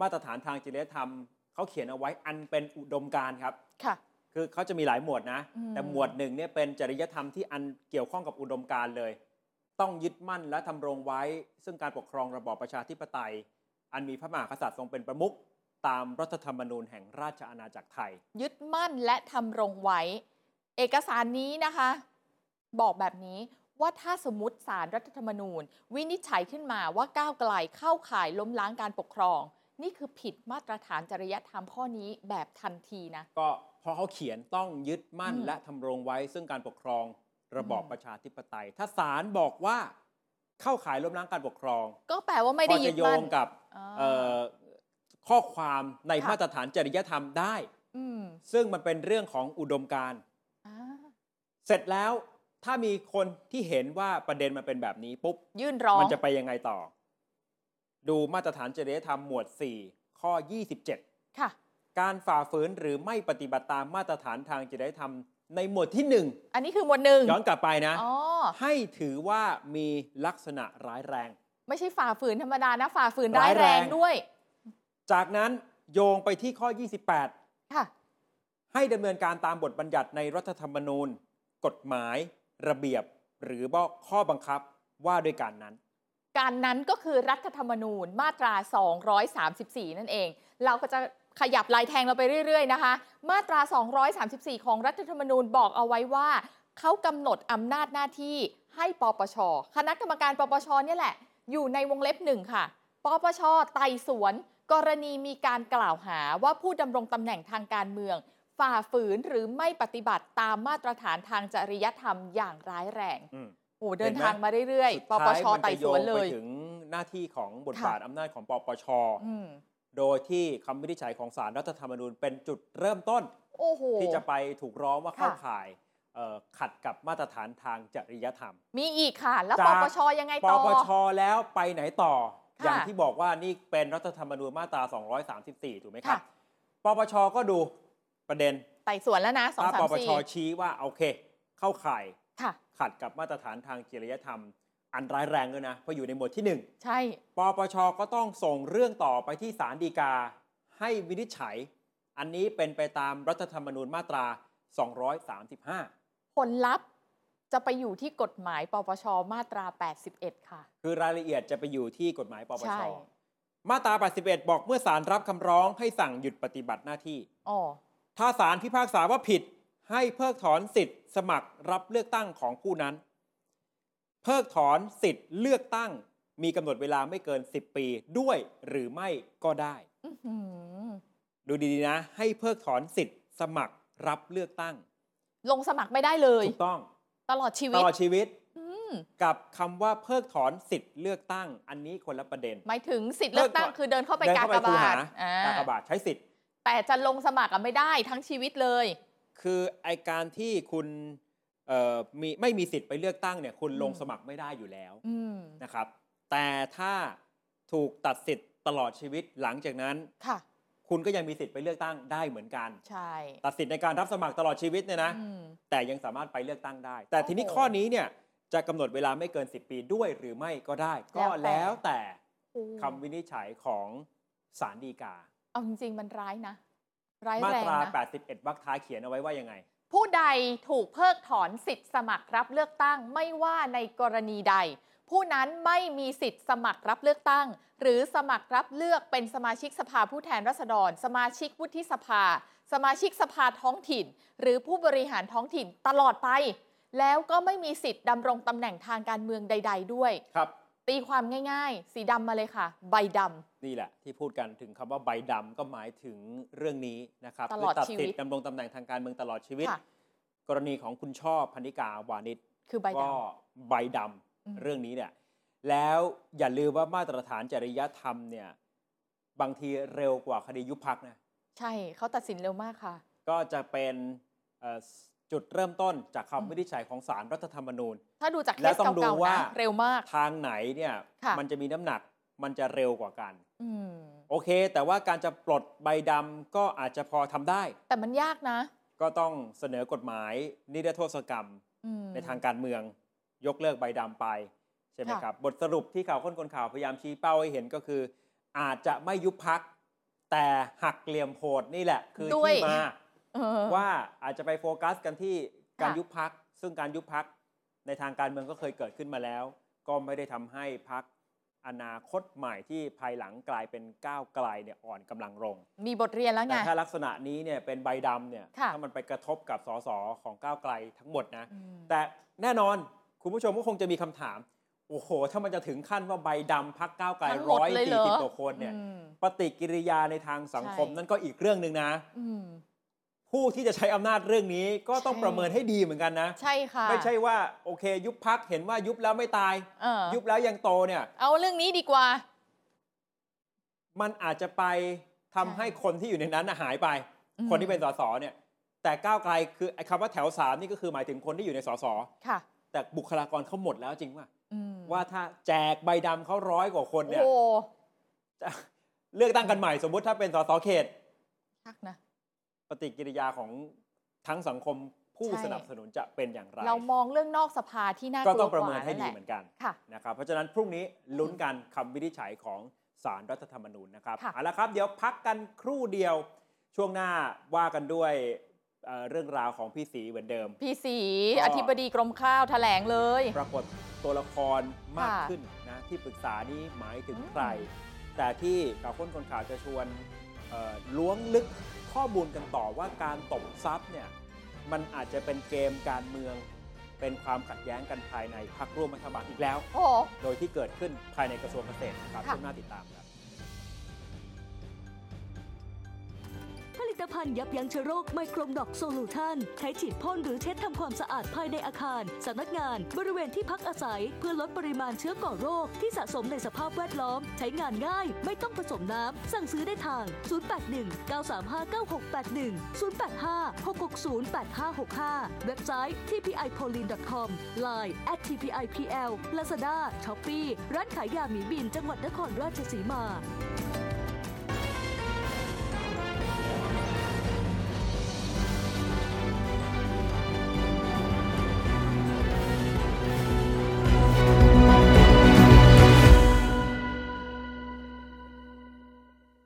มาตรฐานทางจริยธรรมเขาเขียนเอาไว้อันเป็นอุดมการณ์ครับ ค่ะ คือเขาจะมีหลายหมวดนะ อืม แต่หมวดหนึ่งเนี่ยเป็นจริยธรรมที่อันเกี่ยวข้องกับอุดมการณ์เลย ต้องยึดมั่นและทำรงไว้ ซึ่งการปกครองระบอบประชาธิปไตย อันมีพระมหากษัตริย์ทรงเป็นประมุขตามรัฐธรรมนูญแห่งราชอาณาจักรไทย ยึดมั่นและทำรงไว้ เอกสารนี้นะคะ บอกแบบนี้ว่าถ้าสมมติสารรัฐธรรมนูญ วินิจฉัยขึ้นมาว่าก้าวไกลเข้าข่ายล้มล้างการปกครอง นี่คือผิดมาตรฐานจริยธรรมข้อนี้แบบทันทีนะ ก็เพราะเขาเขียนต้องยึดมั่น อืม และทำรงไว้ ซึ่งการปกครองระบอบ อืม ประชาธิปไตย ถ้าศาลบอกว่าเข้าข่ายล้มล้างการปกครอง ก็แปลว่าไม่ ก็ ได้ยึ จะ ด โย มั่น งกับ อ่า เอ่อข้อความใน ค่ะ มาตรฐานจริยธรรมได้ อืม ซึ่งมันเป็นเรื่องของอุดมการณ์ อ่า เสร็จแล้วถ้ามีคนที่เห็นว่าประเด็นมันเป็นแบบนี้ปุ๊บ ยื่นร้อง มันจะไปยังไงต่อ ดูมาตรฐานจริยธรรมหมวด 4 ข้อ 27 ค่ะ การฝ่าฝืนหรือไม่ปฏิบัติตามมาตรฐานทางจริยธรรม ในหมวดที่ อันนี้คือหมวดหนึ่ง 1 ย้อนกลับไปนะ อ๋อ ให้ถือว่ามีลักษณะร้ายแรง ไม่ใช่ฝ่าฝืนธรรมดานะ ฝ่าฝืนร้ายแร ร้าย ง แรง ด้วย จากนั้นโยงไปที่ข้อ 28 ค่ะ ให้ดำเนินการตามบทบัญญัติในรัฐธรรมนูญ กฎหมาย ระเบียบ หรือว่าข้อบังคับว่าด้วยการนั้น การนั้นก็คือรัฐธรรมนูญมาตรา 234 นั่นเอง เราก็จะขยับลายแทงเราไปเรื่อย ๆ นะคะ มาตรา 234 ของรัฐธรรมนูญบอกเอาไว้ว่า เขากำหนดอำนาจหน้าที่ให้ปปช คณะกรรมการปปชเนี่ยแหละ อยู่ในวงเล็บหนึ่งค่ะ ปปชไต่สวน กรณีมีการกล่าวหาว่าผู้ดำรงตำแหน่งทางการเมือง ฝ่าฝืนหรือไม่ปฏิบัติตามมาตรฐานทางจริยธรรมอย่างร้ายแรง อืม โอ้โหเดินทางมาเรื่อย สุด ๆ ป ท้าย ปช มั ไต่ จะ ส โยว ง นเล ไป ย ถึงหน้าที่ของบท ค่ะ บาทอำนาจของปปช อืม โดยที่คำวินิจฉัยของศาลรัฐธรรมนูญเป็นจุดเริ่มต้น โอ้โห ที่จะไปถูกร้องว่าเข้า ค่ะ ข่ายเอ่อขัดกับมาตรฐานทางจริยธรรม มีอีกค่ะ แล้ว จา ป ก ปชยังไง ป ต่อ ปชแล้วไปไหนต่อ ค่ะ อย่างที่บอกว่านี่เป็นรัฐธรรมนูญมาตรา 234 ถูกไหมครับ ค่ะ ปปชก็ดูประเด็น ไต่สวนแล้วนะสอง ถ้า สาม ปป สี่ ชชี้ว่าโอเค เข้าข่าย ค่ะ ขัดกับมาตรฐานทางจริยธรรม อันร้ายแรงด้วยนะเพราะอยู่ในหมวดที่หนึ่ง ใช่ ปปชก็ต้องส่งเรื่องต่อไปที่ศาลฎีกา ให้วินิจฉัย อันนี้เป็นไปตามรัฐธรรมนูญมาตรา 235 ผลลัพธ์จะไปอยู่ที่กฎหมาย ปปช มาตรา 81 ค่ะ คือรายละเอียดจะไปอยู่ที่กฎหมายปป ใช่ ช มาตรา 81 บอกเมื่อศาลรับคำร้องให้สั่งหยุดปฏิบัติหน้าที่ อ๋อ ถ้าศาลพิพากษาว่าผิด ให้เพิกถอนสิทธิ์สมัครรับเลือกตั้งของผู้นั้น เพิกถอนสิทธิ์เลือกตั้ง มีกำหนดเวลาไม่เกิน 10 ปีด้วยหรือไม่ก็ได้ อื้อหือ ดูดีๆนะ ให้เพิกถอนสิทธิ์สมัครรับเลือกตั้ง ลงสมัครไม่ได้เลย ถูกต้อง ตลอดชี ต วิต ลอดชีวิต อืม ม กับคำว่าเพิกถอนสิทธิ์เลือกตั้งอันนี้คนละประเด็น หมายถึงสิทธิ์เลือกตั้ง เลิกก่อน คือเดินเข้าไป เดิน กา เข้ ก คู บา ห ทอ่ กากบาทใช้สิทธิ์ แต่จะลงสมัครอะไม่ได้ทั้งชีวิตเลย คือไอการที่คุณเอ่อมีไม่มีสิทธิ์ไปเลือกตั้งเนี่ยคุณ อืม ลงสมัครไม่ได้อยู่แล้ว อืม นะครับ แต่ถ้าถูกตัดสิทธิ์ตลอดชีวิตหลังจากนั้น ค่ะ คุณก็ยังมีสิทธิ์ไปเลือกตั้งได้เหมือนกัน ใช่ ตัดสิทธิ์ในการรับสมัครตลอดชีวิตเนี่ยนะ อืม แต่ยังสามารถไปเลือกตั้งได้ แต่ทีนี้ โอ้โห ข้อนี้เนี่ยจะกำหนดเวลาไม่เกิน 10 ปีด้วยหรือไม่ก็ได้ ก็ แล้ แล้ว ว แต่ แต่ โอ้ คำวินิจฉัยของศาลฎีกา เอาจริง ๆ มันร้ายนะ ร้าย มา แรง ตรา นะ 81วรรคท้ายเขียนเอาไว้ว่ายังไง ผู้ใดถูกเพิกถอนสิทธิ์สมัครรับเลือกตั้งไม่ว่าในกรณีใด ผู้นั้นไม่มีสิทธิ์สมัครรับเลือกตั้ง หรือสมัครรับเลือกเป็นสมาชิกสภาผู้แทนราษฎร สมาชิกวุฒิสภา สมาชิกสภาท้องถิ่น หรือผู้บริหารท้องถิ่นตลอดไป แล้วก็ไม่มีสิทธิ์ดำรงตำแหน่งทางการเมืองใด ๆ ด้วย ครับ ตีความง่ายๆ สีดำมาเลยค่ะ ใบด นี่แหละที่พูดกันถึงคำว่าใบดำก็หมายถึงเรื่องนี้นะครับ ตลอด คืตัด ชีวิต สิทธิ์ดำรงตำแหน่งทางการเมืองตลอดชีวิต ค่ะ กรณีของคุณช่อพันธิกาวานิช ำคือใบด ก็ใบดำ อืม เรื่องนี้เนี่ยแล้วอย่าลืมว่ามาตรฐานจริยธรรมเนี่ยบางทีเร็วกว่าคดียุบพักนะ ำใช่เขาตัดสินเร็วมากค่ะ ก็จะเป็นเอ่อจุดเริ่มต้นจาก อืม คำวินิจฉัยของสารรัฐธรรมนูญ ถ้าดูจากเค แล้ว ส ต้องดู เก่าๆ ว่า นะเร็วมาก ทางไหนเนี่ย ค่ะ มันจะมีน้ำหนักมันจะเร็วกว่ากัน อืม โอเค แต่ว่าการจะปลดใบดำก็อาจจะพอทำได้ แต่มันยากนะ ก็ต้องเสนอกฎหมายนิรโทษกรรม อืม ในทางการเมือง ยกเลิกใบดำไป ใช่ไหม ค่ะ ครับ บทสรุปที่ข่าวค้นคนข่าวพยายามชี้เป้าให้เห็นก็คือ อาจจะไม่ยุบพัก แต่หักเหลี่ยมโหดนี่แหละ คือ ด้วย ที่มา เออ ว่าอาจจะไปโฟกัสกันที่การ ค่ะ ยุบพัก ซึ่งการยุบพักในทางการเมืองก็เคยเกิดขึ้นมาแล้ว ก็ไม่ได้ทำให้พักอนาคตใหม่ที่ภายหลังกลายเป็นก้าวไกลเนี่ยอ่อนกำลังลง มีบทเรียนแล้วไง แต่ถ้าลักษณะนี้เนี่ยเป็นใบดำเนี่ย ค่ะ ถ้ามันไปกระทบกับสสของก้าวไกลทั้งหมดนะ อืม แต่แน่นอนคุณผู้ชมก็คงจะมีคำถาม โอ้โห ถ้ามันจะถึงขั้นว่าใบดำพักก้าวไกล ทั้งหมด ร้อย เลยเหร สี่ อ สิบกว่าคนเนี่ย อืม ปฏิกิริยาในทางสังคม ใช่ นั่นก็อีกเรื่องหนึ่งนะ อืม ผู้ที่จะใช้อำนาจเรื่องนี้ก็ต้อง ใช่ ประเมินให้ดีเหมือนกันนะ ใช่ค่ะ ไม่ใช่ว่าโอเค ยุบพักเห็นว่ายุบแล้วไม่ตาย เออ ยุบแล้วยังโตเนี่ย เอาเรื่องนี้ดีกว่า มันอาจจะไปทำ ใช่ ให้คนที่อยู่ในนั้นน่ะหายไป อืม คนที่เป็นสสเนี่ย แต่ก้าวไกลคือไอ้คำว่าแถวสามนี่ก็คือหมายถึงคนที่อยู่ในสส ค่ะ แต่บุคลากรเขาหมดแล้วจริงป่ะ อืม ว่าถ้าแจกใบดำเขาร้อยกว่าคน โอ้ เนี่ย โห จะเลือกตั้งกันใหม่สมมุติถ้าเป็นสสเขต ชักนะ ปฏิกิริยาของทั้งสังคมผู้ ใช่ สนับสนุนจะเป็นอย่างไร เรามองเรื่องนอกสภาที่น่าก ก็ ลัว ต้องประ ก เมิ ว่าน ให้ดี และ เหมือนกัน ค่ะ นะครับเพราะฉะนั้นพรุ่งนี้ลุ้นกันคำวินิจฉัยของสารรัฐธรรมนูญนะครับ ค่ะ เอาละครับเดี๋ยวพักกันครู่เดียวช่วงหน้าว่ากันด้วยเอ่อเรื่องราวของพี่สีเหมือนเดิม พี่สี ก็ อธิบดีกรมข้าวแถลงเลย ปรากฏตัวละครมาก ค่ะ ขึ้นนะที่ปรึกษานี้หมายถึง อืม ใคร แต่ที่ข่าวค้นคนข่าวจะชวนเอ่อล้วงลึกข้อมูลกันต่อว่าการตบทรัพย์เนี่ยมันอาจจะเป็นเกมการเมือง เป็นความขัดแย้งกันภายในพักร่วมรัฐบาลอีกแล้ว โอ้โห โดยที่เกิดขึ้นภายในกระทรวงเกษตรนะครับ ค่ะ ช่วงหน้าติดตามครับ ผลิตภัณฑ์ยับยั้งเชื้อโรคไมโครมดอกโซลูทันใช้ฉีดพ่นหรือเช็ดทำความสะอาดภายในอาคารสำนักงาน บริเวณที่พักอาศัย เพื่อลดปริมาณเชื้อก่อโรค ที่สะสมในสภาพแวดล้อม ใช้งานง่าย ไม่ต้องผสมน้ำ สั่งซื้อได้ทาง 081 935 9681 085 660 8565 เว็บไซต์ tpipolin.com Line at tpipl Lazada Shopee ร้านขายยาหมีบินจังหวัดนครราชสีมา